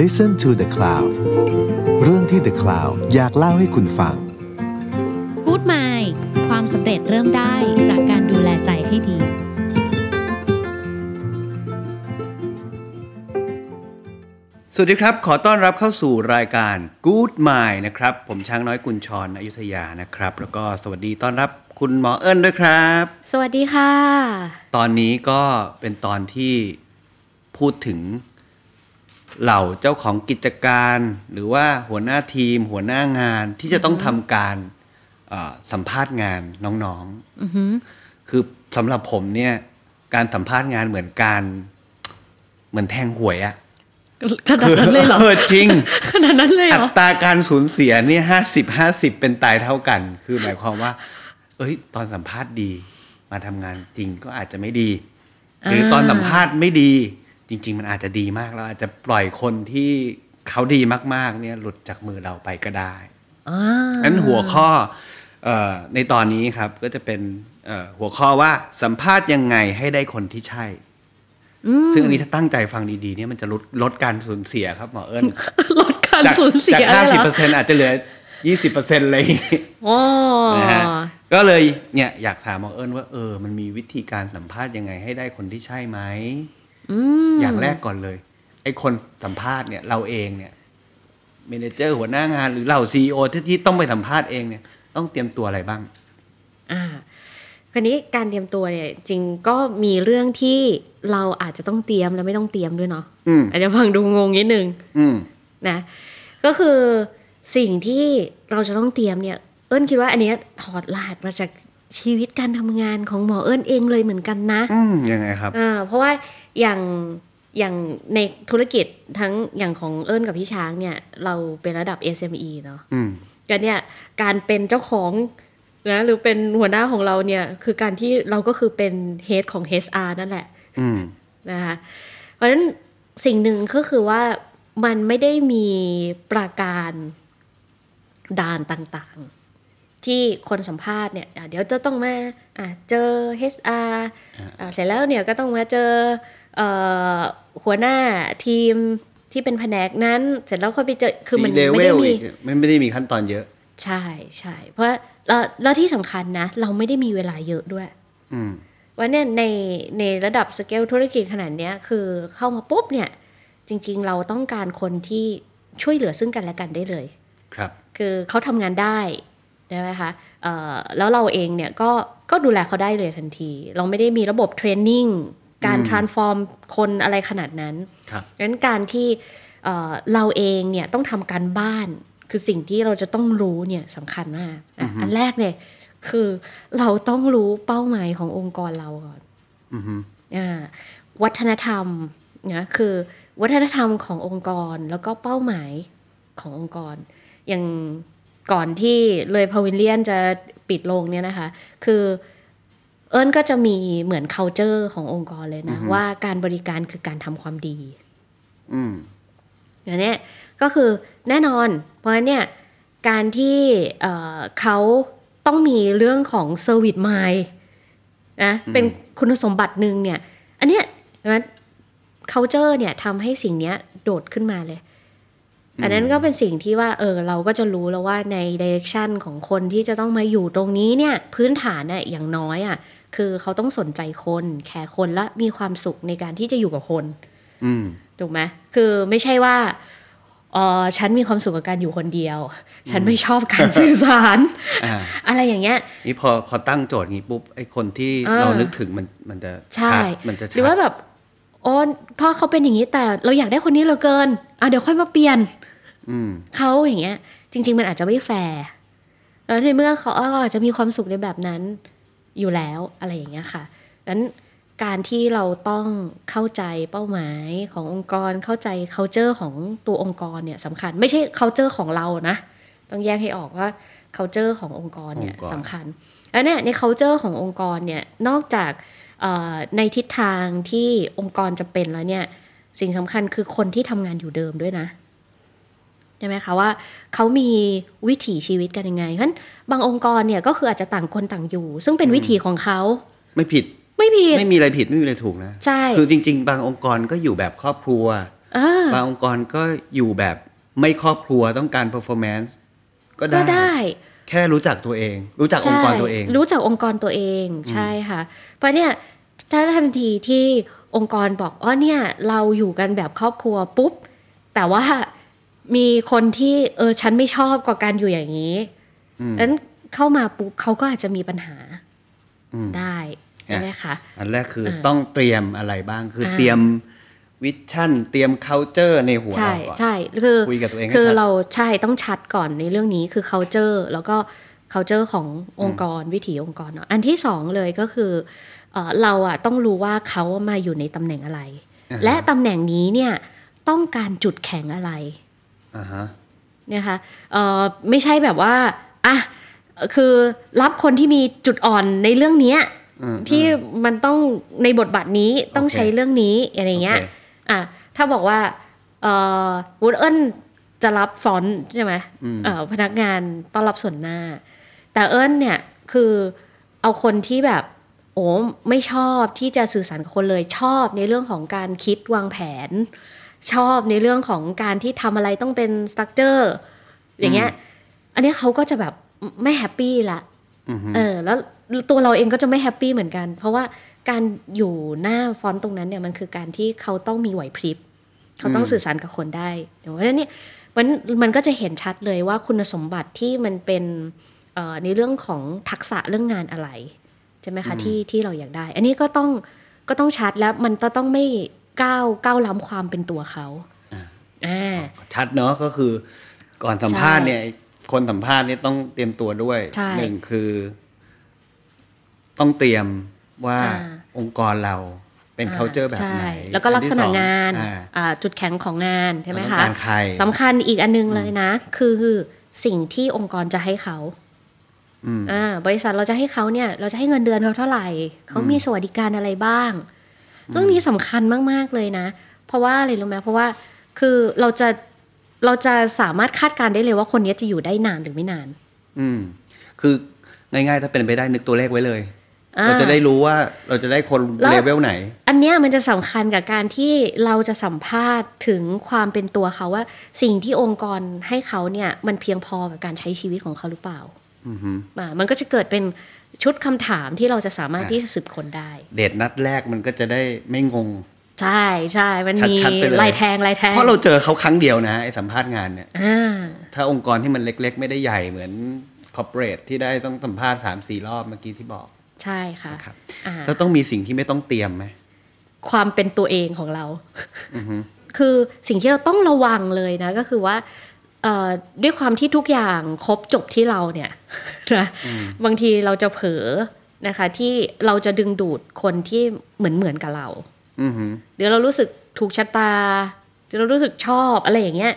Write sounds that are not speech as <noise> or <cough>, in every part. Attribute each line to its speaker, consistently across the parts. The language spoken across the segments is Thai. Speaker 1: Listen to the Cloud เรื่องที่ The Cloud อยากเล่าให้คุณฟัง
Speaker 2: กู๊ดไมล์ความสำเร็จเริ่มได้จากการดูแลใจให้ดี
Speaker 3: สวัสดีครับ ขอต้อนรับเข้าสู่รายการ Good Mind นะครับ ผมช้างน้อยกุญชรออยุธยานะครับ แล้วก็สวัสดีต้อนรับคุณหมอเอิญด้วยครับ
Speaker 2: สวัสดีค่ะ
Speaker 3: ตอนนี้ก็เป็นตอนที่พูดถึงเหล่าเจ้าของกิจการ หรือว่าหัวหน้าทีม หัวหน้างานที่จะต้องทำการเอ่อสัมภาษณ์งานน้อง
Speaker 2: อือหือ
Speaker 3: ๆ คือสำหรับผมเนี่ยการสัมภาษณ์งานเหมือนการเหมือนแทงหวยอะ
Speaker 2: ขนาดนั้นเลยเหรอ
Speaker 3: เออจริง
Speaker 2: ขนาดนั้นเลยเห
Speaker 3: อั
Speaker 2: รอ
Speaker 3: ตราการสูญเสียเนี่ยห้าสิบห้าสิบเป็นตายเท่ากัน คือหมายความว่า เอ้ย ตอนสัมภาษณ์ดี มาทำงานจริงก็อาจจะไม่ดี หรืออา ตอนสัมภาษณ์ไม่ดี จริง ๆ มันอาจจะดีมากเราอาจจะปล่อยคนที่เขาดีมากๆ เนี่ยหลุดจากมือเราไปก็ได้
Speaker 2: อ่า
Speaker 3: นั้นหัวข้อเออในตอนนี้ครับก็จะเป็นเอ่อหัวข้อว่าสัมภาษณ์ยังไงให้ได้คนที่ใช่
Speaker 2: อืม
Speaker 3: ซึ่งอันนี้ถ้าตั้งใจฟังดีๆเนี่ยมันจะลดลดการสูญเสียครับหมอเอิญ
Speaker 2: ลดการ
Speaker 3: จาก
Speaker 2: สูญเสีย
Speaker 3: จาก
Speaker 2: เล
Speaker 3: ห้าย สิบ
Speaker 2: เหร
Speaker 3: เปอ
Speaker 2: อ
Speaker 3: ร์เซ็นต์อาจจะเหลือยี่สิบเปอร์เซ็นต์อะไรอย่างงี้
Speaker 2: โอ้
Speaker 3: นะฮะก็เลยเนี่ยอยากถามหมอเอิญว่าเออ มันมีวิธีการสัมภาษณ์ยังไงให้ได้คนที่ใช่ไหม
Speaker 2: อืม
Speaker 3: อย่างแรกก่อนเลย ไอ้คนสัมภาษณ์เนี่ยเราเองเนี่ยเมนเจอร์หัวหน้างานหรือเราซีอที่ที่ต้องไปสัมภาษณ์เองเนี่ยต้องเตรียมตัวอะไรบ้าง
Speaker 2: อ่าคราวนี้การเตรียมตัวเนี่ย จริงก็มีเรื่องที่เราอาจจะต้องเตรียมและไม่ต้องเตรียมด้วยเนาะ
Speaker 3: อืม
Speaker 2: อาจจะฟังดูงงนิดนึง
Speaker 3: อืม
Speaker 2: นะก็คือสิ่งที่เราจะต้องเตรียมเนี่ย เอิญคิดว่าอันเนี้ยถอดรหัสมาจากชีวิตการทำงานของหมอเอิญเองเลยเหมือนกันนะ
Speaker 3: อืมยังไงครับ
Speaker 2: อ่าเพราะว่าอย่างอย่างในธุรกิจทั้งอย่างของเอิญกับพี่ช้างเนี่ย เราเป็นระดับ SME เนาะ
Speaker 3: อืม
Speaker 2: กันเนี่ยการเป็นเจ้าของนะหรือเป็นหัวหน้าของเราเนี่ย คือการที่เราก็คือเป็น head ของ HR นั่นแหละ
Speaker 3: อืม
Speaker 2: นะคะเพราะฉะนั้นสิ่งหนึ่งก็คือว่ามันไม่ได้มีประการด่านต่างๆ ที่คนสัมภาษณ์เนี่ยอ่ะเดี๋ยวจะต้องมาอ่ะเจอ HR อ่ะเสร็จแล้วเนี่ยก็ต้องมาเจอเอ่อหัวหน้าทีมที่เป็นแผนกนั้น เสร็จแล้วค่อยไปเจอคือมัน
Speaker 3: เลเว
Speaker 2: ไม่ได้
Speaker 3: ล
Speaker 2: มี
Speaker 3: อีกมันไม่ได้มีขั้นตอนเยอะ
Speaker 2: ใช่ใช่เพราะแล้วแล้วที่สำคัญนะ เราไม่ได้มีเวลาเยอะด้วย
Speaker 3: อืม
Speaker 2: ว่าเนี่ยในในระดับสเกลธุรกิจขนาดเนี้ยคือเข้ามาปุ๊บเนี่ย จริงๆเราต้องการคนที่ช่วยเหลือซึ่งกันและกันได้เลย
Speaker 3: ครับ
Speaker 2: คือเขาทำงานได้ใช่ไหมคะเอ่อแล้วเราเองเนี่ยก็ก็ดูแลเขาได้เลยทันที เราไม่ได้มีระบบเทรนนิ่งการ
Speaker 3: อืม
Speaker 2: transform คนอะไรขนาดนั้น
Speaker 3: ครับ
Speaker 2: งั้นการที่เอ่อเราเองเนี่ยต้องทำการบ้านคือสิ่งที่เราจะต้องรู้เนี่ยสำคัญมากอ่ะอันแรกเนี่ยคือเราต้องรู้เป้าหมายขององค์กรเราก่อน
Speaker 3: อืมฮึ
Speaker 2: อ่าวัฒนธรรมนะคือวัฒนธรรมขององค์กรแล้วก็เป้าหมายขององค์กร อย่างก่อนที่เลยพาวิเลียนจะปิดลงเนี่ยนะคะ คือเอิญก็จะมีเหมือน culture ขององค์กรเลยนะ ว่าการบริการคือการทำความดี
Speaker 3: อืม
Speaker 2: อย่างนี้ก็คือแน่นอน เพราะฉะนั้นเนี่ยการที่เอ่อเขาต้องมีเรื่องของเซอร์วิสไมล์นะเป็นคุณสมบัติหนึ่งเนี่ย อันเนี้ยเห็นไหม culture เนี่ยทำให้สิ่งเนี้ยโดดขึ้นมาเลย อันนั้นก็เป็นสิ่งที่ว่าเออเราก็จะรู้แล้วว่าใน direction ของคนที่จะต้องมาอยู่ตรงนี้เนี่ยพื้นฐานน่ะอย่างน้อยอ่ะคือเขาต้องสนใจคนแคร์คนและมีความสุขในการที่จะอยู่กับคน
Speaker 3: อืม
Speaker 2: ถูกไหมคือไม่ใช่ว่าเออฉันมีความสุขกับการอยู่คนเดียว ฉันไม่ชอบการสื่อสาร <laughs>
Speaker 3: อ่า
Speaker 2: อะไรอย่างเงี้ย
Speaker 3: นี่พอพอตั้งโจทย์งี้ปุ๊บไอ้คนที่
Speaker 2: อ่า
Speaker 3: เรานึกถึงมันมันจะ
Speaker 2: ใช่
Speaker 3: ชัดมันจะ
Speaker 2: หรือว่า
Speaker 3: ชัด
Speaker 2: แบบโอ้พ่อเขาเป็นอย่างนี้แต่เราอยากได้คนนี้เหลือเกินอ่ะเดี๋ยวค่อยมาเปลี่ยน
Speaker 3: อืม
Speaker 2: เขาอย่างเงี้ย จริง ๆ มันอาจจะไม่แฟร์แล้วในเมื่อเขาก็อาจจะมีความสุขในแบบนั้นอยู่แล้วอะไรอย่างเงี้ยค่ะงั้นการที่เราต้องเข้าใจเป้าหมายขององค์กรเข้าใจ culture ของตัวองค์กรเนี่ยสำคัญ ไม่ใช่ culture ของเรานะ ต้องแยกให้ออกว่า culture ขององค์กรเนี่ยสำคัญแล้วเนี่ยใน culture ขององค์กรเนี่ยนอกจากเอ่อในทิศทางที่องค์กรจะเป็นแล้วเนี่ยสิ่งสำคัญคือคนที่ทำงานอยู่เดิมด้วยนะใช่ไหมคะว่าเขามีวิถีชีวิตกันยังไงเพราะฉะนั้นบางองค์กรเนี่ยก็คืออาจจะต่างคนต่างอยู่ ซึ่งเป็นวิถีของเขา
Speaker 3: ไม่ผิด
Speaker 2: ไม่ผิด
Speaker 3: ไม่มีอะไรผิดไม่มีอะไรถูกนะ
Speaker 2: ใช่
Speaker 3: คือจริง ๆ บางองค์กรก็อยู่แบบครอบครัว
Speaker 2: เออ
Speaker 3: บางองค์กรก็อยู่แบบไม่ครอบครัวต้องการ performance ก็
Speaker 2: ก็
Speaker 3: ได้
Speaker 2: ได้
Speaker 3: แค่รู้จักตัวเอง รู้จักองค์กรตัวเอง
Speaker 2: ใช่รู้จักองค์กรตัวเองใช่ค่ะ เพราะเนี่ยถ้าทันทีที่องค์กรบอกอ๋อเนี่ยเราอยู่กันแบบครอบครัวปุ๊บ แต่ว่ามีคนที่เออฉันไม่ชอบกับการอยู่อย่างนี้
Speaker 3: อืม
Speaker 2: นั้นเข้ามาปุ๊บเขาก็อาจจะมีปัญหา
Speaker 3: อืม
Speaker 2: ได้ใช่ไหมคะ
Speaker 3: อันแรกคือ
Speaker 2: เออ
Speaker 3: ต้องเตรียมอะไรบ้าง คืออา เตรียมวิชั่น เตรียม culture ในหัว
Speaker 2: ใช่
Speaker 3: เราก่อน
Speaker 2: ใช่คือ
Speaker 3: คุยกับตัวเองให้
Speaker 2: คือ
Speaker 3: ชัด
Speaker 2: เราใช่ต้องชัดก่อนในเรื่องนี้คือ culture แล้วก็ culture ขององค์กรวิถีองค์กรเนาะอันที่สองเลยก็คือเอ่อเราอะต้องรู้ว่าเขามาอยู่ในตำแหน่งอะไร และตำแหน่งนี้เนี่ยต้องการจุดแข็งอะไร
Speaker 3: อ่าฮะ
Speaker 2: นะคะเอ่อไม่ใช่แบบว่าอ่ะคือรับคนที่มีจุดอ่อนในเรื่องเนี้ย
Speaker 3: อืม
Speaker 2: ที่มันต้องในบทบาทนี้ต้อง
Speaker 3: โอเค
Speaker 2: ใช้เรื่องนี้อะไรอย่างเงี้ย
Speaker 3: โอค
Speaker 2: อ่ะถ้าบอกว่าเอ่อวูดเอิญจะรับฟรอนต์ใช่ไหมเอ่อพนักงานต้อนรับส่วนหน้า แต่เอิญเนี่ยคือเอาคนที่แบบโอ้ไม่ชอบที่จะสื่อสารกับคนเลยชอบในเรื่องของการคิดวางแผน ชอบในเรื่องของการที่ทำอะไรต้องเป็นสตั๊กเจอร์อย่างเงี้ยอันเนี้ยเขาก็จะแบบไม่แฮปปี้ละ
Speaker 3: อือฮึ
Speaker 2: เออแล้วตัวเราเองก็จะไม่แฮปปี้เหมือนกัน เพราะว่าการอยู่หน้าฟอนต์ตรงนั้นเนี่ยมันคือการที่เขาต้องมีไหวพริบ เขาต้องสื่อสารกับคนได้เดี๋ยวเพราะฉะนั้นเนี่ยมันมันก็จะเห็นชัดเลยว่าคุณสมบัติที่มันเป็นเอ่อในเรื่องของทักษะเรื่องงานอะไรใช่ไหมคะที่ที่เราอยากได้ อันนี้ก็ต้องก็ต้องชัดแล้วมันก็ต้องไม่ก้าวก้าวล้ำความเป็นตัวเขาอ่า
Speaker 3: ชัดเนาะก็คือ ก่อนสัมภาษณ์เนี่ย คนสัมภาษณ์เนี่ยต้องเตรียมตัวด้วย
Speaker 2: ใช่
Speaker 3: หนึ่งคือ ต้องเตรียมว่า
Speaker 2: อ่า
Speaker 3: องค์กรเราเป็น
Speaker 2: อ่า
Speaker 3: culture แบบ
Speaker 2: ใช่
Speaker 3: ไหน
Speaker 2: แล้วก็ลักษณะงาน
Speaker 3: อ่า
Speaker 2: อ่าจุดแข็งของงานใช่ไหม
Speaker 3: เราต้อ
Speaker 2: คะ
Speaker 3: งการใคร
Speaker 2: สำคัญอีกอันนึงเลยนะ คือสิ่งที่องค์กรจะให้เขา
Speaker 3: อืม
Speaker 2: อ่าบริษัทเราจะให้เขาเนี่ย เราจะให้เงินเดือนเขาเท่าไหร่ เขามีสวัสดิการอะไรบ้างเรื่องนี้สำคัญมาก ๆ เลยนะ เพราะว่าอะไรรู้ไหมเพราะว่าคือเราจะเราจะสามารถคาดการณ์ได้เลยว่าคนนี้จะอยู่ได้นานหรือไม่นาน
Speaker 3: อืม คือง่ายๆ ถ้าเป็นไปได้นึกตัวเลขไว้เลย
Speaker 2: อ่
Speaker 3: เราจะได้รู้ว่าเราจะได้คน
Speaker 2: แล้ว
Speaker 3: เลเวลไหน
Speaker 2: อันเนี้ยมันจะสำคัญกับการที่เราจะสัมภาษณ์ถึงความเป็นตัวเขาว่า สิ่งที่องค์กรให้เขาเนี่ย มันเพียงพอกับการใช้ชีวิตของเขาหรือเปล่า
Speaker 3: อือฮึ
Speaker 2: อ่ามันก็จะเกิดเป็นชุดคำถามที่เราจะสามารถ
Speaker 3: อ่ะ
Speaker 2: ที่จะสืบค้นได้
Speaker 3: เดทนัดแรกมันก็จะได้ไม่งง
Speaker 2: ใช่ใช่มันมี
Speaker 3: ชัดๆไปเลย
Speaker 2: ลายแทงลายแทง
Speaker 3: เพราะเราเจอเขาครั้งเดียวนะไอ้สัมภาษณ์งานเนี่ย
Speaker 2: อ่า
Speaker 3: ถ้าองค์กรที่มันเล็กๆ ไม่ได้ใหญ่เหมือนคอร์เปอเรทที่ได้ต้องสัมภาษณ์สามสี่รอบเมื่อกี้ที่บอก
Speaker 2: ใช่ค่ะ
Speaker 3: นะครับ
Speaker 2: อ่า
Speaker 3: แล้วต้องมีสิ่งที่ไม่ต้องเตรียมไหม
Speaker 2: ความเป็นตัวเองของเรา คือสิ่งที่เราต้องระวังเลยนะ ก็คือว่าเอ่อด้วยความที่ทุกอย่างครบจบที่เราเนี่ย นะบางทีเราจะเผลอนะคะที่เราจะดึงดูดคนที่เหมือนเหมือนๆกับเรา
Speaker 3: อือหือ
Speaker 2: เดี๋ยวเรารู้สึกถูกชะตาเดี๋ยวเรารู้สึกชอบอะไรอย่างเงี้ย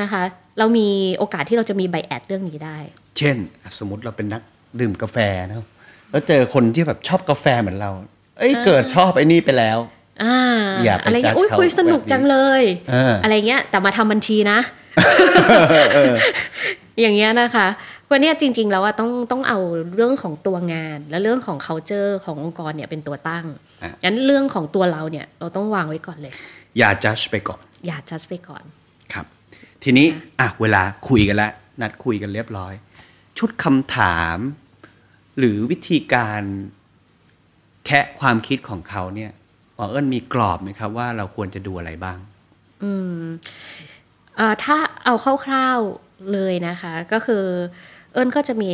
Speaker 2: นะคะ เรามีโอกาสที่เราจะมีใบแอดเรื่องนี้ได้
Speaker 3: เช่นอ่ะสมมติเราเป็นนักดื่มกาแฟนะครับแล้วเจอคนที่แบบชอบกาแฟเหมือนเรา เอ้ยเกิดชอบไอ้นี่ไปแล้ว
Speaker 2: อ่า
Speaker 3: อย่าไป
Speaker 2: ไรเงี้ย
Speaker 3: judge
Speaker 2: อุ้ย
Speaker 3: เขา
Speaker 2: คุยสนุกจังเลย
Speaker 3: เอออ
Speaker 2: ไรเงี้ย แต่มาทำบัญชีนะ อย่างเงี้ยนะคะวันเนี้ยจริง ๆ แล้วว่าต้องต้องเอาเรื่องของตัวงาน และเรื่องของ culture ขององค์กรเนี่ยเป็นตัวตั้งงั้นเรื่องของตัวเราเนี่ยเราต้องวางไว้ก่อนเลย
Speaker 3: อย่าจัดไปก่อน
Speaker 2: อย่า judge ไปก่อน
Speaker 3: ครับ ทีนี้อ่ะเวลาคุยกันแล้ว นัดคุยกันเรียบร้อย ชุดคำถาม หรือวิธีการแคะความคิดของเขาเนี่ยหมอเอิญมีกรอบไหมครับ ว่าเราควรจะดูอะไรบ้าง
Speaker 2: เอ่อถ้าเอาคร่าวๆเลยนะคะก็คือเอิญก็จะมี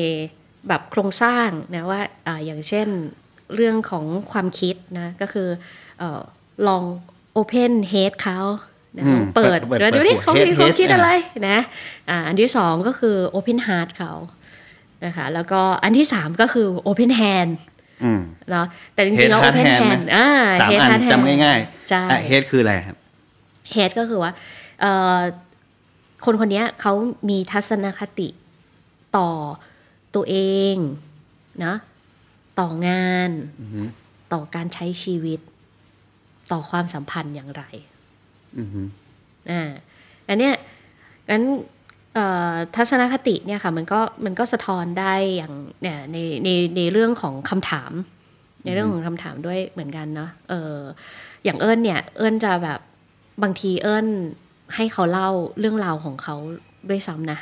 Speaker 2: แบบโครงสร้างนะว่าอาอย่างเช่นเรื่องของความคิดนะก็คือเออลอง Open Head เขานะ
Speaker 3: อืม
Speaker 2: เปิด
Speaker 3: เปิดเปิด
Speaker 2: เดี๋ยวนี้
Speaker 3: เปิด
Speaker 2: เขามี
Speaker 3: head
Speaker 2: ความคิด
Speaker 3: head
Speaker 2: อะไรนะอ่าอันที่สองก็คือ Open Heart เขานะคะแล้วก็อันที่สามก็คือ Open Hand
Speaker 3: อืม
Speaker 2: เนาะแต่จริ
Speaker 3: Head
Speaker 2: งๆแล้ว
Speaker 3: Heart
Speaker 2: Open
Speaker 3: Hand ไหม
Speaker 2: Hand อ่า
Speaker 3: สาม
Speaker 2: Head
Speaker 3: อัน
Speaker 2: Heart Hand
Speaker 3: จำง่ายๆ
Speaker 2: ใช่
Speaker 3: อ่ะเฮดคืออะไรครับ
Speaker 2: เฮดก็คือว่าเอ่อคนคนเนี้ยเขามีทัศนคติต่อตัวเองนะต่องานต่อการใช้ชีวิต ต่อความสัมพันธ์อย่างไร
Speaker 3: อือฮึ
Speaker 2: อ่าอันเนี้ยงั้นเอ่อทัศนคติเนี่ยค่ะมันก็มันก็สะท้อนได้อย่างเนี่ยในในในเรื่องของคำถาม ในเรื่องของคำถามด้วยเหมือนกันเนาะเอออย่างเอิญเนี่ย เอิญจะแบบ บางทีเอิญให้เขาเล่าเรื่องราวของเขาด้วยซ้ำนะ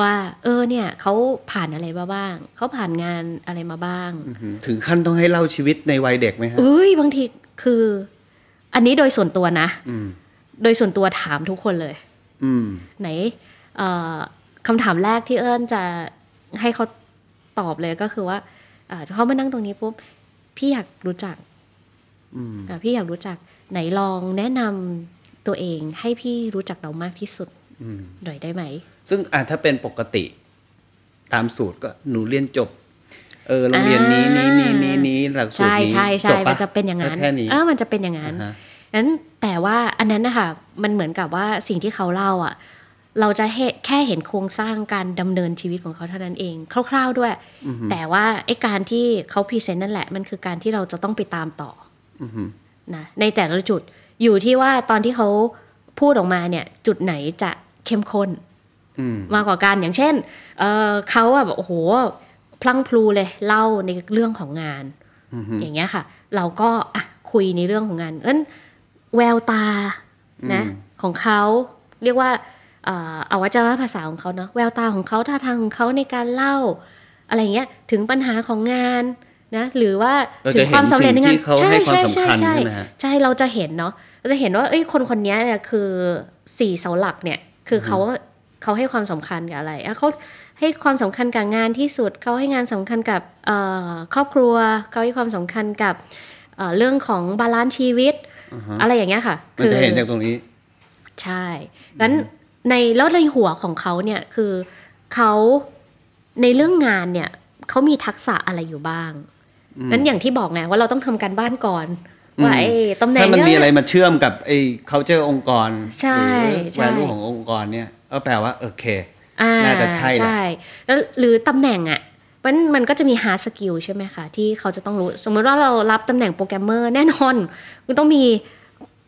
Speaker 2: ว่า เออเนี่ยเขาผ่านอะไรมาบ้าง เขาผ่านงานอะไรมาบ้าง
Speaker 3: อืมถึงขั้นต้องให้เล่าชีวิตในวัยเด็กไหมฮะ
Speaker 2: เอ้ยบางทีคือ อันนี้โดยส่วนตัวนะ
Speaker 3: อืม
Speaker 2: โดยส่วนตัวถามทุกคนเลย
Speaker 3: อืม
Speaker 2: ไหนเอ่อคำถามแรกที่เอิญจะให้เขาตอบเลยก็คือว่าเอ่อเขามานั่งตรงนี้ปุ๊บพี่อยากรู้จัก
Speaker 3: อืม
Speaker 2: อ่ะพี่อยากรู้จัก ไหนลองแนะนำตัวเองให้พี่รู้จักเรามากที่สุด
Speaker 3: อืม
Speaker 2: หน่อยได้ไหม
Speaker 3: ซึ่งอ่ะถ้าเป็นปกติ ตามสูตรก็หนูเรียนจบ เออโรงเรียนนี้นี้นี้นี้นี้หลักสูตร
Speaker 2: ใช่
Speaker 3: นี้
Speaker 2: ใช่ใช่
Speaker 3: จบ
Speaker 2: มันจะเป็นอย่างนั้น
Speaker 3: ก็แค่นี้
Speaker 2: เออมันจะเป็นอย่างนั้น
Speaker 3: อ่าฮะ
Speaker 2: นั้นแต่ว่าอันนั้นนะคะมันเหมือนกับว่าสิ่งที่เขาเล่าอ่ะ เราจะเหแค่เห็นโครงสร้างการดำเนินชีวิตของเขาเท่านั้นเอง คร่าว ๆด้วย แต่ว่าไอ้การที่เขาพรีเซนต์นั่นแหละ มันคือการที่เราจะต้องไปตามต่อ
Speaker 3: อือหือ
Speaker 2: นะในแต่ละจุดอยู่ที่ว่าตอนที่เขาพูดออกมาเนี่ย จุดไหนจะเข้มข้น
Speaker 3: อืม
Speaker 2: มากกว่ากันอย่างเช่นเอ่อเขาอะแบบโอ้โห พลั้งพลูเลยเล่าในเรื่องของงาน
Speaker 3: อือฮึ
Speaker 2: อย่างเงี้ยค่ะ เราก็อ่ะคุยในเรื่องของงานเอ้นแววตานะของเขาเรียกว่าเอ่ออวัจนภาษาของเขาเนาะแววตาของเขาท่าทางของเขาในการเล่า อะไรอย่างเงี้ยถึงปัญหาของงานนะหรือว่า
Speaker 3: เรา
Speaker 2: ถึ
Speaker 3: จะ
Speaker 2: ง
Speaker 3: เห็น
Speaker 2: ความสำเร็จในงาน
Speaker 3: สิ่งที่เขาให้ความสำคัญใช่ไหมฮะ
Speaker 2: ใช่เราจะเห็นเนาะเราจะเห็นว่าเอ้ยคนคนเนี้ยเนี่ยคือสี่เสาหลักเนี่ยคือเขาเขาให้ความสำคัญกับอะไรอ่ะเขาให้ความสำคัญกับงานที่สุดเขาให้งานสำคัญกับเอ่อครอบครัวเขาให้ความสำคัญกับเอ่อเรื่องของบาลานซ์ชีวิต อะไรอย่างเงี้ยค่ะ
Speaker 3: มันจะเห็นจากตรงนี้
Speaker 2: ใช่ งั้นในแล้วในหัวของเขาเนี่ยคือเขาในเรื่องงานเนี่ยเขามีทักษะอะไรอยู่บ้างนั้นอย่างที่บอกไงว่าเราต้องทำการบ้านก่อน ว่าไอ้ตำแหน่
Speaker 3: ถ้าง มันมี
Speaker 2: เนี่ย
Speaker 3: อะไรมาเชื่อมกับไอ้ culture องค์กร
Speaker 2: ใช่
Speaker 3: หรือ
Speaker 2: ใช่
Speaker 3: value ขององค์กรเนี่ยก็แปลว่าโอเค
Speaker 2: อ่
Speaker 3: น่าจะใช่แหละ
Speaker 2: ใช่แล้วหรือตำแหน่งอ่ะมันมันก็จะมี hard skill ใช่ไหมคะที่เขาจะต้องรู้ สมมติว่าเรารับตำแหน่งโปรแกรมเมอร์แน่ <laughs> นอนคุณต้องมี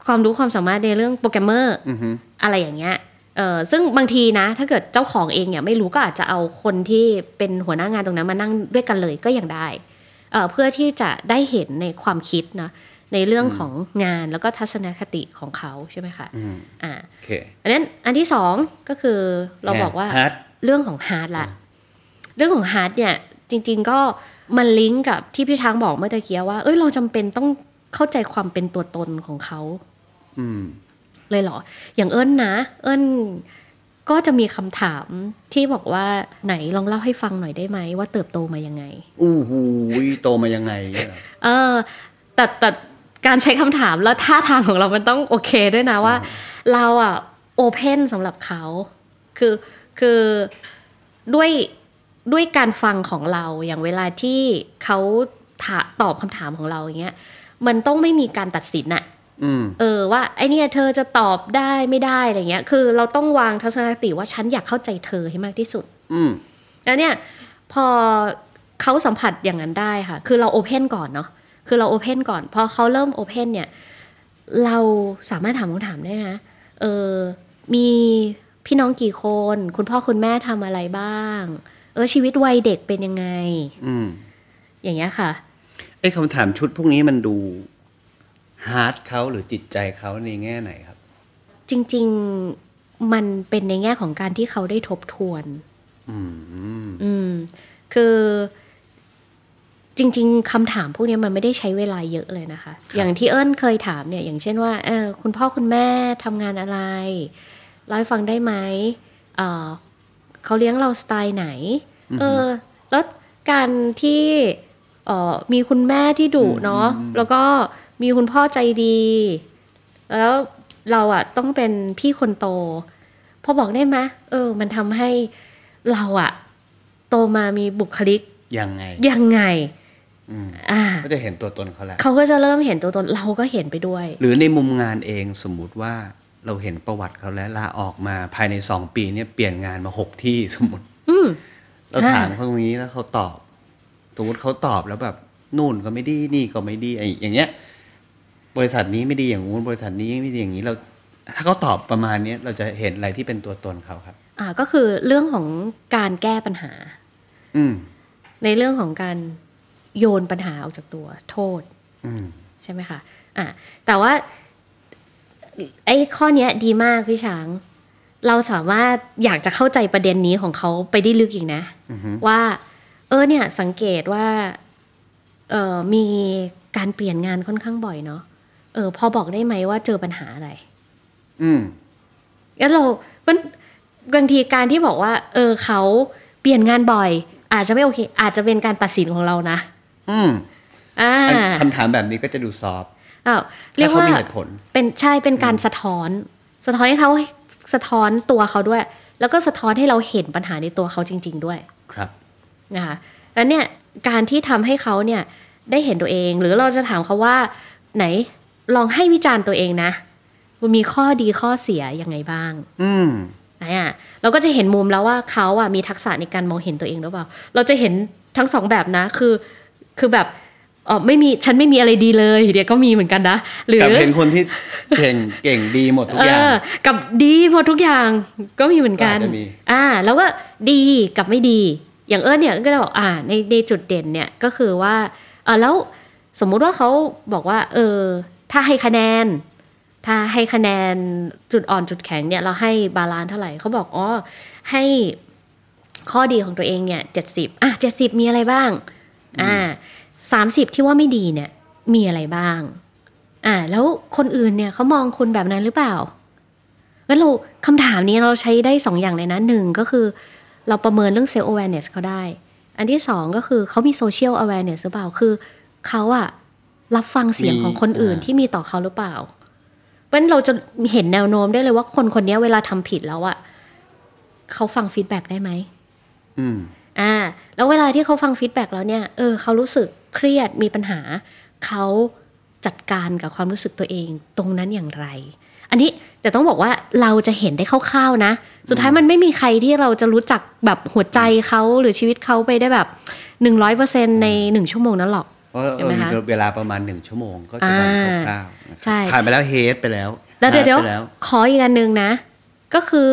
Speaker 2: ความรู้ความสามารถในเรื่องโปรแกรมเมอร์
Speaker 3: อือหือ
Speaker 2: อะไรอย่างเงี้ย เออซึ่งบางทีนะ ถ้าเกิดเจ้าของเองเนี่ยไม่รู้ก็อาจจะเอาคนที่เป็นหัวหน้างานตรงนั้นมานั่งด้วยกันเลยก็ยังได้ เออเพื่อที่จะได้เห็นในความคิดนะในเรื่องของงานแล้วก็ทัศนคติของเขาใช่ไหมคะ
Speaker 3: อืม
Speaker 2: อ่า
Speaker 3: โอเค
Speaker 2: อันนั้นอันที่สองก็คือเราบอกว่า
Speaker 3: แฮร์ท
Speaker 2: เรื่องของฮาร์ดละ เรื่องของฮาร์ดเนี่ย จริง ๆ ก็มันลิงก์กับที่พี่ช้างบอกเมื่อตะเกียว่า เอ้ยเราจำเป็นต้องเข้าใจความเป็นตัวตนของเขา
Speaker 3: อืม
Speaker 2: เลยเหรอ อย่างเอิญนะ เอิญก็จะมีคำถามที่บอกว่าไหนลองเล่าให้ฟังหน่อยได้ไหมว่าเติบโตมายังไง
Speaker 3: อู้หูยโตมายังไงเนี่ยเหรอ
Speaker 2: เออแต่แต่การใช้คำถามแล้วท่าทางของเรามันต้องโอเคด้วยนะว่า เราอะโอเพนสำหรับเขาคือคือด้วยด้วยการฟังของเราอย่างเวลาที่เขาถาตอบคำถามของเราอย่างเงี้ยมันต้องไม่มีการตัดสินอะ
Speaker 3: อืม
Speaker 2: เออว่าไอเนี่ยเธอจะตอบได้ไม่ได้อะไรเงี้ย คือเราต้องวางทัศนคติว่าฉันอยากเข้าใจเธอให้มากที่สุด
Speaker 3: อืม
Speaker 2: แล้วเนี่ยพอเขาสัมผัสอย่างนั้นได้ค่ะ คือเราโอเพนก่อนเนาะคือเราโอเพนก่อน พอเขาเริ่มโอเพนเนี่ย เราสามารถถามคำถามได้นะ เออมีพี่น้องกี่คน คุณพ่อคุณแม่ทำอะไรบ้าง เออชีวิตวัยเด็กเป็นยังไง
Speaker 3: อืม
Speaker 2: อย่างเงี้ยค่ะ
Speaker 3: ไอ้คำถามชุดพวกนี้มันดูฮาร์ดเขาหรือจิตใจเขาในแง่ไหนครับ
Speaker 2: จริงๆมันเป็นในแง่ของการที่เขาได้ทบทวน
Speaker 3: อืม
Speaker 2: อืมคือจริง ๆคำถามพวกเนี้ยมันไม่ได้ใช้เวลาเยอะเลยนะคะ อย่างที่เอิญเคยถามเนี่ย อย่างเช่นว่าเออคุณพ่อคุณแม่ทำงานอะไรเล่าให้ฟังได้ไหมเออเขาเลี้ยงเราสไตล์ไหน เออ แล้วการที่เออมีคุณแม่ที่ดุเนาะแล้วก็มีคุณพ่อใจดี แล้วเราอะต้องเป็นพี่คนโต พอบอกได้ไหมเออ มันทำให้เราอะโตมามีบุคลิก
Speaker 3: ยังไง
Speaker 2: ยังไง
Speaker 3: อืม
Speaker 2: อ่า
Speaker 3: ก็จะเห็นตัวตนเขาแหละ
Speaker 2: เขาก็จะเริ่มเห็นตัวตนเราก็เห็นไปด้วย
Speaker 3: หรือในมุมงานเองสมมุติว่าเราเห็นประวัติเขาแล้วลาออกมาภายในสองปีเนี่ยเปลี่ยนงานมาหกที่ <laughs> สมมติ
Speaker 2: อืม
Speaker 3: เรา
Speaker 2: อ่า
Speaker 3: ถามเขาตรงนี้แล้วเขาตอบ สมมติเขาตอบแล้วแบบนู่นก็ไม่ดีนี่ก็ไม่ดีไอ้อย่างเงี้ย บริษัทนี้ไม่ดีอย่างงู้นบริษัทนี้ไม่ดีอย่างนี้เรา ถ้าเขาตอบประมาณเนี้ยเราจะเห็นอะไรที่เป็นตัวตนเขาครับ
Speaker 2: อ่าก็คือเรื่องของการแก้ปัญหา
Speaker 3: อืม
Speaker 2: ในเรื่องของการโยนปัญหาออกจากตัวโทษ
Speaker 3: อืม
Speaker 2: ใช่ไหมคะ อ่ะ แต่ว่า ไอ้ข้อเนี้ยดีมากพี่ช้าง เราสามารถอยากจะเข้าใจประเด็นนี้ของเขาไปได้ลึกอีกนะ
Speaker 3: อือฮึ
Speaker 2: ว่า เออเนี่ยสังเกตว่าเออมีการเปลี่ยนงานค่อนข้างบ่อยเนาะเออ พอบอกได้ไหมว่าเจอปัญหาอะไร
Speaker 3: อืม
Speaker 2: งั้นเรา มัน บางทีการที่บอกว่า เออ เขาเปลี่ยนงานบ่อย อาจจะไม่โอเค อาจจะเป็นการตัดสินของเรานะ
Speaker 3: อืม
Speaker 2: อ่า
Speaker 3: อันคำถามแบบนี้ก็จะดูซอฟต์
Speaker 2: อ้าวเรี
Speaker 3: ถ้าย
Speaker 2: ก
Speaker 3: เขา
Speaker 2: ว่า
Speaker 3: มีเหตุผล
Speaker 2: เป็นใช่ เป็นการสะท้อน สะท้อนให้เขาสะท้อนตัวเขาด้วย แล้วก็สะท้อนให้เราเห็นปัญหาในตัวเขาจริง ๆ ด้วย
Speaker 3: ครับ
Speaker 2: นะคะแล้วเนี่ยการที่ทำให้เขาเนี่ยได้เห็นตัวเอง หรือเราจะถามเขาว่า ไหนลองให้วิจารณ์ตัวเองนะมันมีข้อดีข้อเสียยังไงบ้าง
Speaker 3: อืม
Speaker 2: ไหนอ่ะเราก็จะเห็นมุมแล้วว่าเขาอ่ะมีทักษะในการมองเห็นตัวเองหรือเปล่า เราจะเห็นทั้งสองแบบนะ คือคือแบบเออไม่มีฉันไม่มีอะไรดีเลยเดี๋ยวก็มีเหมือนกันนะ หรือ
Speaker 3: กับเห็นคนที่เก่งเก่งดีหมดทุก
Speaker 2: เอ
Speaker 3: อย่าง
Speaker 2: อกับดีหมดทุกอย่างก็มีเหมือนกัน
Speaker 3: ก็อาจจะมี
Speaker 2: อ่า แล้วก็ดีกับไม่ดี อย่างเอิญเนี่ยก็จะบอกอ่าในในจุดเด่นเนี่ยก็คือว่าเออแล้วสมมุติว่าเขาบอกว่า เออ ถ้าให้คะแนน ถ้าให้คะแนนจุดอ่อนจุดแข็งเนี่ยเราให้บาลานซ์เท่าไหร่เขาบอกอ๋อให้ข้อดีของตัวเองเนี่ยเจ็ดสิบอ่ะเจ็ดสิบมีอะไรบ้างอ่าสามสิบที่ว่าไม่ดีเนี่ย มีอะไรบ้าง อ่า แล้วคนอื่นเนี่ยเขามองคุณแบบนั้นหรือเปล่างั้นเราคำถามนี้เราใช้ได้สองอย่างเลยนะหนึ่งก็คือ เราประเมินเรื่อง self awareness เขาได้ อันที่สองก็คือเขามี social awareness หรือเปล่าคือเขาอะรับฟังเสียงของคนอื่น
Speaker 3: มีอ่า
Speaker 2: ที่มีต่อเขาหรือเปล่า เพราะฉะนั้นเราจะเห็นแนวโน้มได้เลยว่าคนคนเนี้ยเวลาทำผิดแล้วอะเขาฟังฟีดแบ็กได้ไหม
Speaker 3: อืม
Speaker 2: อ่า แล้วเวลาที่เขาฟังฟีดแบ็กแล้วเนี่ย เออเขารู้สึกเครียดมีปัญหา เขาจัดการกับความรู้สึกตัวเองตรงนั้นอย่างไร อันนี้แต่ต้องบอกว่าเราจะเห็นได้คร่าวๆนะ สุดท้ายมันไม่มีใครที่เราจะรู้จักแบบหัวใจเขาหรือชีวิตเขาไปได้แบบหนึ่งร้อยเปอร์เซ็นในหนึ่งชั่วโมงนั้นหรอก
Speaker 3: เพราะเออ
Speaker 2: เห็นไหมคะ
Speaker 3: มีเวลาประมาณหนึ่งชั่วโมงก็จะบันค
Speaker 2: อ่า
Speaker 3: ร่าวๆนะครับ
Speaker 2: ใช่
Speaker 3: ผ่านไปแล้วเฮดไปแล้ว
Speaker 2: แล้วเดี๋ยวเดี๋ยว
Speaker 3: ไปแล้ว
Speaker 2: ขออีกอันหนึ่งนะ ก็คือ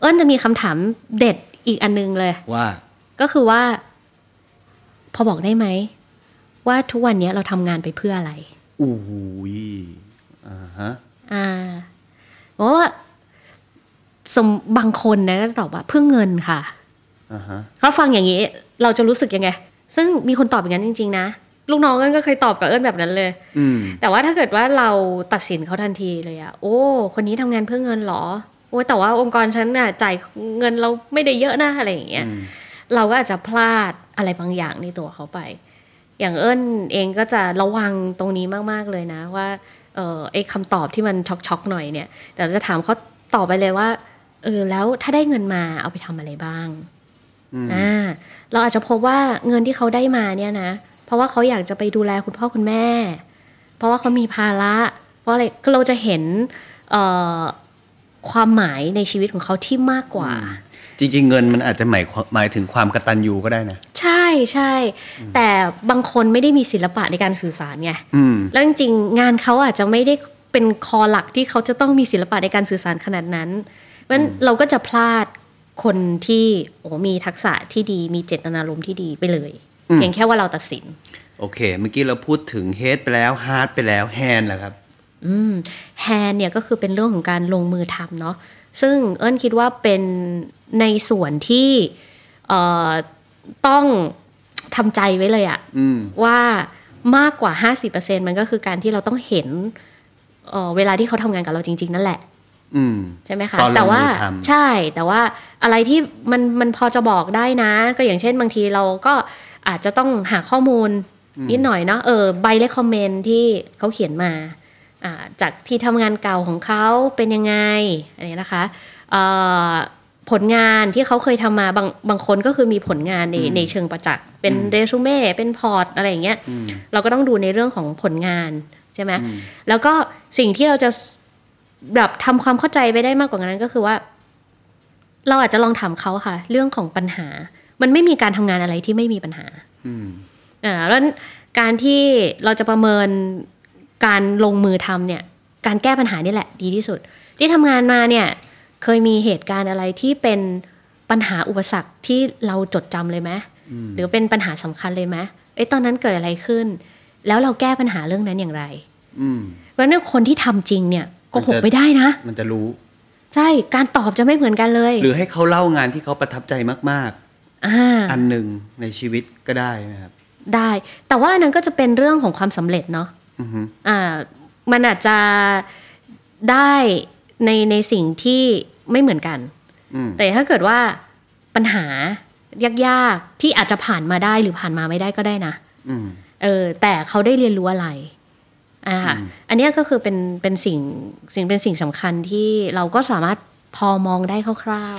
Speaker 2: เอิ้นจะมีคำถามเด็ดอีกอันหนึงเลย
Speaker 3: ว่า
Speaker 2: ก็คือว่า พอบอกได้ไหม ว่าทุกวันเนี้ยเราทำงานไปเพื่ออะไร
Speaker 3: อู้ยอ่าฮะ
Speaker 2: อ่าเพราะว่าสมบางคนนะก็จะตอบว่าเพื่อเงินค่ะ
Speaker 3: อ่าฮะ
Speaker 2: เพราะฟังอย่างนี้เราจะรู้สึกยังไง ซึ่งมีคนตอบอย่างนั้นจริง ๆ นะ ลูกน้องเอิ้นก็เคยตอบกับเอิ้นแบบนั้นเลย
Speaker 3: อืม
Speaker 2: แต่ว่าถ้าเกิดว่าเราตัดสินเขาทันทีเลยอะโอ้ คนนี้ทำงานเพื่อเงินเหรอ โอ้ยแต่ว่าองค์กรฉันน่ะจ่ายเงินเราไม่ได้เยอะนะอะไรอย่างเงี้ย
Speaker 3: อืม
Speaker 2: เราก็อาจจะพลาดอะไรบางอย่างในตัวเขาไป อย่างเอิญเองก็จะระวังตรงนี้มาก ๆ เลยนะว่า เออไอคำตอบที่มันช็อกๆหน่อยเนี่ย แต่เราจะถามเขาต่อไปเลยว่า เออแล้วถ้าได้เงินมาเอาไปทำอะไรบ้าง
Speaker 3: อืม
Speaker 2: อ่าเราอาจจะพบว่าเงินที่เขาได้มาเนี่ยนะ เพราะว่าเขาอยากจะไปดูแลคุณพ่อคุณแม่ เพราะว่าเขามีภาระ เพราะอะไรก็เราจะเห็นเอ่อความหมายในชีวิตของเขาที่มากกว่า
Speaker 3: จริง ๆ เงินมันอาจจะหมายความหมายถึงความกระตันยูก็ได้นะ
Speaker 2: ใช่ใช่ แต่บางคนไม่ได้มีศิลปะในการสื่อสารไง
Speaker 3: อืม
Speaker 2: แล้วจริงๆงานเขาอาจจะไม่ได้เป็นคอหลักที่เขาจะต้องมีศิลปะในการสื่อสารขนาดนั้นเพราะฉะนั้นเราก็จะพลาดคนที่โอ้มีทักษะที่ดีมีเจตนารมณ์ที่ดีไปเลย
Speaker 3: อืม
Speaker 2: เพียงแค่ว่าเราตัดสิน
Speaker 3: โอเค เมื่อกี้เราพูดถึงเฮดไปแล้วฮาร์ดไปแล้วแฮนด์แหละครับ
Speaker 2: อืมแฮนเนี่ยก็คือเป็นเรื่องของการลงมือทำเนาะซึ่งเอิญคิดว่าเป็นในส่วนที่เอ่อต้องทำใจไว้เลยอะ
Speaker 3: อืม
Speaker 2: ว่ามากกว่า 50%มันก็คือการที่เราต้องเห็นเอ่อเวลาที่เขาทำงานกับเราจริง ๆ นั่นแหละ
Speaker 3: อืม
Speaker 2: ใช่ไหมคะ
Speaker 3: ตอนลงมือ
Speaker 2: แต่ว่า
Speaker 3: ทำ
Speaker 2: ใช่แต่ว่าอะไรที่มันมันพอจะบอกได้นะ ก็อย่างเช่นบางทีเราก็อาจจะต้องหาข้อมูลนิดหน่อยเนาะเออใบเลคคอมเมนที่เขาเขียนมาอ่าจากที่ทำงานเก่าของเขาเป็นยังไงอะไรนะคะเอ่อผลงานที่เขาเคยทำมาบางบางคนก็คือมีผลงานในในเชิงประจักษ์เป็นเรซูเม่เป็นพอร์ตอะไรอย่างเงี้ย
Speaker 3: อืม
Speaker 2: เราก็ต้องดูในเรื่องของผลงานใช่ไหม
Speaker 3: อืม
Speaker 2: แล้วก็สิ่งที่เราจะสแบบทำความเข้าใจไปได้มากกว่านั้นก็คือว่า เราอาจจะลองถามเขาค่ะ เรื่องของปัญหา มันไม่มีการทำงานอะไรที่ไม่มีปัญหา
Speaker 3: อืม
Speaker 2: อ่าแล้วการที่เราจะประเมินการลงมือทำเนี่ย การแก้ปัญหานี่แหละ ดีที่สุด ที่ทำงานมาเนี่ย เคยมีเหตุการณ์อะไรที่เป็นปัญหาอุปสรรคที่เราจดจำเลยไหมหรือเป็นปัญหาสำคัญเลยไหมเอ้ยตอนนั้นเกิดอะไรขึ้น แล้วเราแก้ปัญหาเรื่องนั้นอย่างไร
Speaker 3: อืม
Speaker 2: เพราะฉะนั้นคนที่ทำจริงเนี่ย กหกไม่ได้นะ
Speaker 3: มันจะรู้
Speaker 2: ใช่การตอบจะไม่เหมือนกันเลย
Speaker 3: หรือให้เขาเล่างานที่เขาประทับใจมาก
Speaker 2: อ่า
Speaker 3: ๆ อันหนึ่งในชีวิตก็ได้นะครับ
Speaker 2: ได้ แต่ว่าอันนั้นก็จะเป็นเรื่องของความสำเร็จเนาะ
Speaker 3: อือฮึ
Speaker 2: อ่ามันอาจจะได้ในในสิ่งที่ไม่เหมือนกัน
Speaker 3: อืม
Speaker 2: แต่ถ้าเกิดว่าปัญหายากๆที่อาจจะผ่านมาได้หรือผ่านมาไม่ได้ก็ได้นะ
Speaker 3: อืม
Speaker 2: เออแต่เขาได้เรียนรู้อะไรอ่าค่ะอันเนี้ยก็คือเป็นเป็นสิ่งสิ่งเป็นสิ่งสำคัญที่เราก็สามารถพอมองได้คร่าว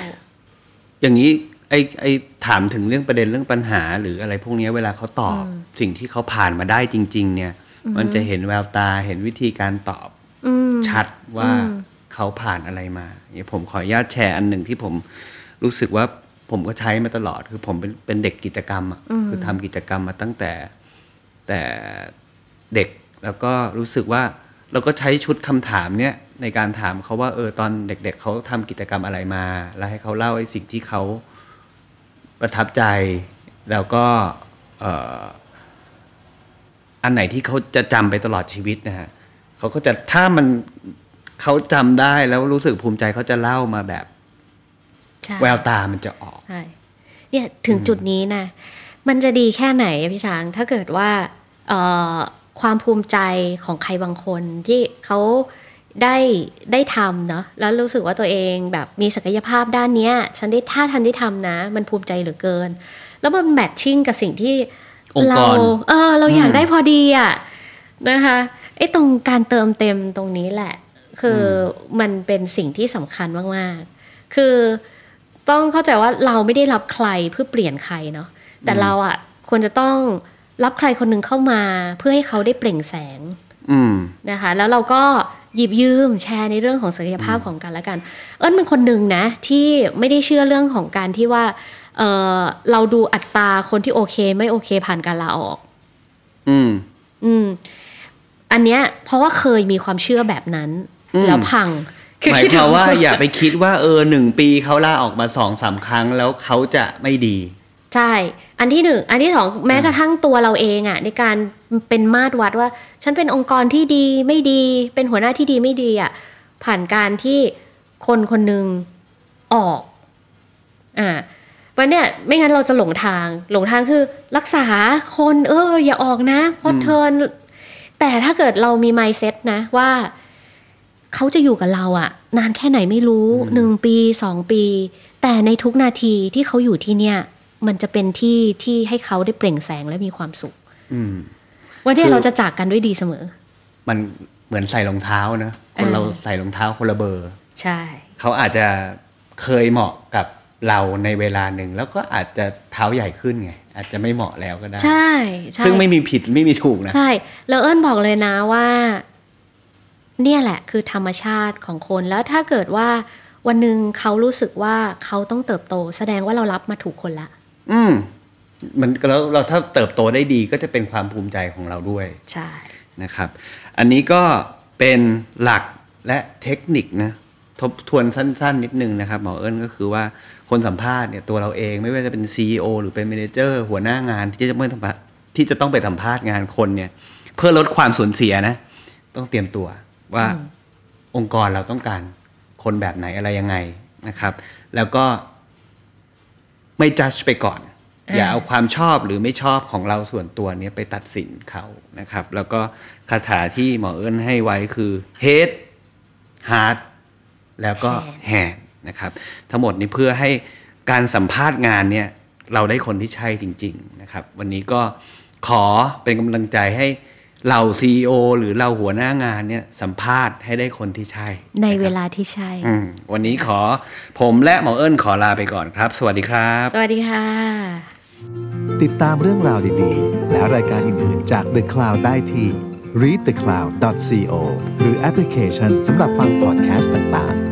Speaker 3: อย่างนี้ไอไอถามถึงเรื่องประเด็นเรื่องปัญหา หรืออะไรพวกเนี้ยเวลาเขาตอบ สิ่งที่เขาผ่านมาได้จริง ๆ เนี่ย มันจะเห็นแววตาเห็นวิธีการตอบ
Speaker 2: ๆอืม
Speaker 3: ชัดว่า
Speaker 2: อืม
Speaker 3: เขาผ่านอะไรมาเนี่ยผมขออนุญาตแชร์อันหนึ่งที่ผมรู้สึกว่าผมก็ใช้มาตลอด คือผมเป็นเป็นเด็กกิจกรรมอะคือทำกิจกรรมมาตั้งแต่แต่เด็กแล้วก็รู้สึกว่าเราก็ใช้ชุดคำถามเนี่ยในการถามเขาว่าเออตอนเด็ก ๆเขาทำกิจกรรมอะไรมา แล้วให้เขาเล่าไอ้สิ่งที่เขาประทับใจ แล้วก็เอ่อ อันไหนที่เขาจะจำไปตลอดชีวิตนะฮะเขาก็จะถ้ามันเขาจำได้แล้วรู้สึกภูมิใจเขาจะเล่ามาแบบ
Speaker 2: ใช่
Speaker 3: แววตามันจะออก
Speaker 2: ใช่เนี่ยถึงจุดนี้นะมันจะดีแค่ไหนอะพี่ช้างถ้าเกิดว่าเอ่อความภูมิใจของใครบางคนที่เขาได้ได้ทำเนาะแล้วรู้สึกว่าตัวเองแบบมีศักยภาพด้านเนี้ย ฉันได้ถ้าทันได้ทำนะ มันภูมิใจเหลือเกิน แล้วมันแมทชิ่งกับสิ่งที่
Speaker 3: องค์กร
Speaker 2: เราเออเราอยากได้พอดีอะนะคะไอ้ตรงการเติมเต็มตรงนี้แหละ คืออมันเป็นสิ่งที่สำคัญมากๆ คือ ต้องเข้าใจว่าเราไม่ได้รับใครเพื่อเปลี่ยนใครเนาะแต่เราอ่ะควรจะต้องรับใครคนหนึ่งเข้ามาเพื่อให้เขาได้เปล่งแสง
Speaker 3: อืม
Speaker 2: นะคะ แล้วเราก็หยิบยืมแชร์ในเรื่องของศักยภาพของกันและกัน เอิญเป็นคนหนึ่งนะที่ไม่ได้เชื่อเรื่องของการที่ว่าเออเราดูอัตราคนที่โอเคไม่โอเคผ่านการลาออก
Speaker 3: อืม
Speaker 2: อืม อันเนี้ยเพราะว่าเคยมีความเชื่อแบบนั้น
Speaker 3: อืม
Speaker 2: แล้วพังอ
Speaker 3: หมายความว่าอย่าไปคิดว่าเออหนึ่งปีเขาล่าออกมาสองสามครั้งแล้วเขาจะไม่ดี
Speaker 2: ใช่ อันที่หนึ่ง อันที่สองแม้กระทั่งตัวเราเองอะในการเป็นมาตรวัดว่า ฉันเป็นองค์กรที่ดีไม่ดี เป็นหัวหน้าที่ดีไม่ดีอะผ่านการที่คนคนหนึ่งออกอ่าวันเนี้ยไม่งั้นเราจะหลงทาง หลงทางคือรักษาคนเออ อย่าออกนะเพราะเธอแต่ถ้าเกิดเรามี mindset นะว่า เขาจะอยู่กับเราอะนานแค่ไหนไม่รู้หนึ่งปีสองปี แต่ในทุกนาทีที่เขาอยู่ที่เนี่ย มันจะเป็นที่ที่ให้เขาได้เปล่งแสงและมีความสุข
Speaker 3: อืม
Speaker 2: วันที่
Speaker 3: คือ
Speaker 2: เราจะจากกันด้วยดีเสมอ
Speaker 3: มันเหมือนใส่รองเท้านะคน
Speaker 2: เออ
Speaker 3: เราใส่รองเท้าคนละเบอร์
Speaker 2: ใช่
Speaker 3: เขาอาจจะเคยเหมาะกับเราในเวลาหนึ่งแล้วก็อาจจะเท้าใหญ่ขึ้นไงอาจจะไม่เหมาะแล้วก็ได้
Speaker 2: ใช่ใช่
Speaker 3: ซึ่งไม่มีผิดไม่มีถูกนะ
Speaker 2: ใช่ แล้วเอิญบอกเลยนะว่า เนี่ยแหละคือธรรมชาติของคนแล้วถ้าเกิดว่าวันหนึ่งเขารู้สึกว่าเขาต้องเติบโต แสดงว่าเรารับมาถูกคนละ
Speaker 3: อืมมันแล้วเราถ้าเติบโตได้ดีก็จะเป็นความภูมิใจของเราด้วย
Speaker 2: ใช่
Speaker 3: นะครับ อันนี้ก็เป็นหลักและเทคนิคนะทบทวนสั้น ๆ นิดนึงนะครับหมอเอิญก็คือว่าคนสัมภาษณ์เนี่ยตัวเราเองไม่ว่าจะเป็น CEO หรือเป็นเมเนเจอร์หัวหน้างานที่จะเมื่อสัมภาษณ์ที่จะต้องไปสัมภาษณ์งานคนเนี่ย เพื่อลดความสูญเสียนะ ต้องเตรียมตัวว่าองค์กรเราต้องการคนแบบไหนอะไรยังไงนะครับ แล้วก็ ไม่จัดไปก่อน
Speaker 2: อ่า
Speaker 3: อย่าเอาความชอบหรือไม่ชอบของเราส่วนตัวเนี้ยไปตัดสินเขานะครับ แล้วก็คาถาที่หมอเอิญให้ไว้คือ head heart แล้วก็ hand นะครับ ทั้งหมดนี้เพื่อให้การสัมภาษณ์งานเนี่ยเราได้คนที่ใช่จริง ๆ นะครับ วันนี้ก็ขอเป็นกำลังใจให้เรา CEO หรือเราหัวหน้างานเนี่ยสัมภาษณ์ให้ได้คนที่ใช่
Speaker 2: ใน
Speaker 3: นะครับ
Speaker 2: เวลาที่ใช่
Speaker 3: อืมวันนี้ขอผมและหมอเอิญขอลาไปก่อนครับ สวัสดีครับ
Speaker 2: สวัสดีค่ะ
Speaker 1: ติดตามเรื่องราวดีๆ และรายการอื่นๆ จาก The Cloud ได้ที่ readthecloud.co หรือแอปพลิเคชันสำหรับฟังพอดแคสต์ต่างๆ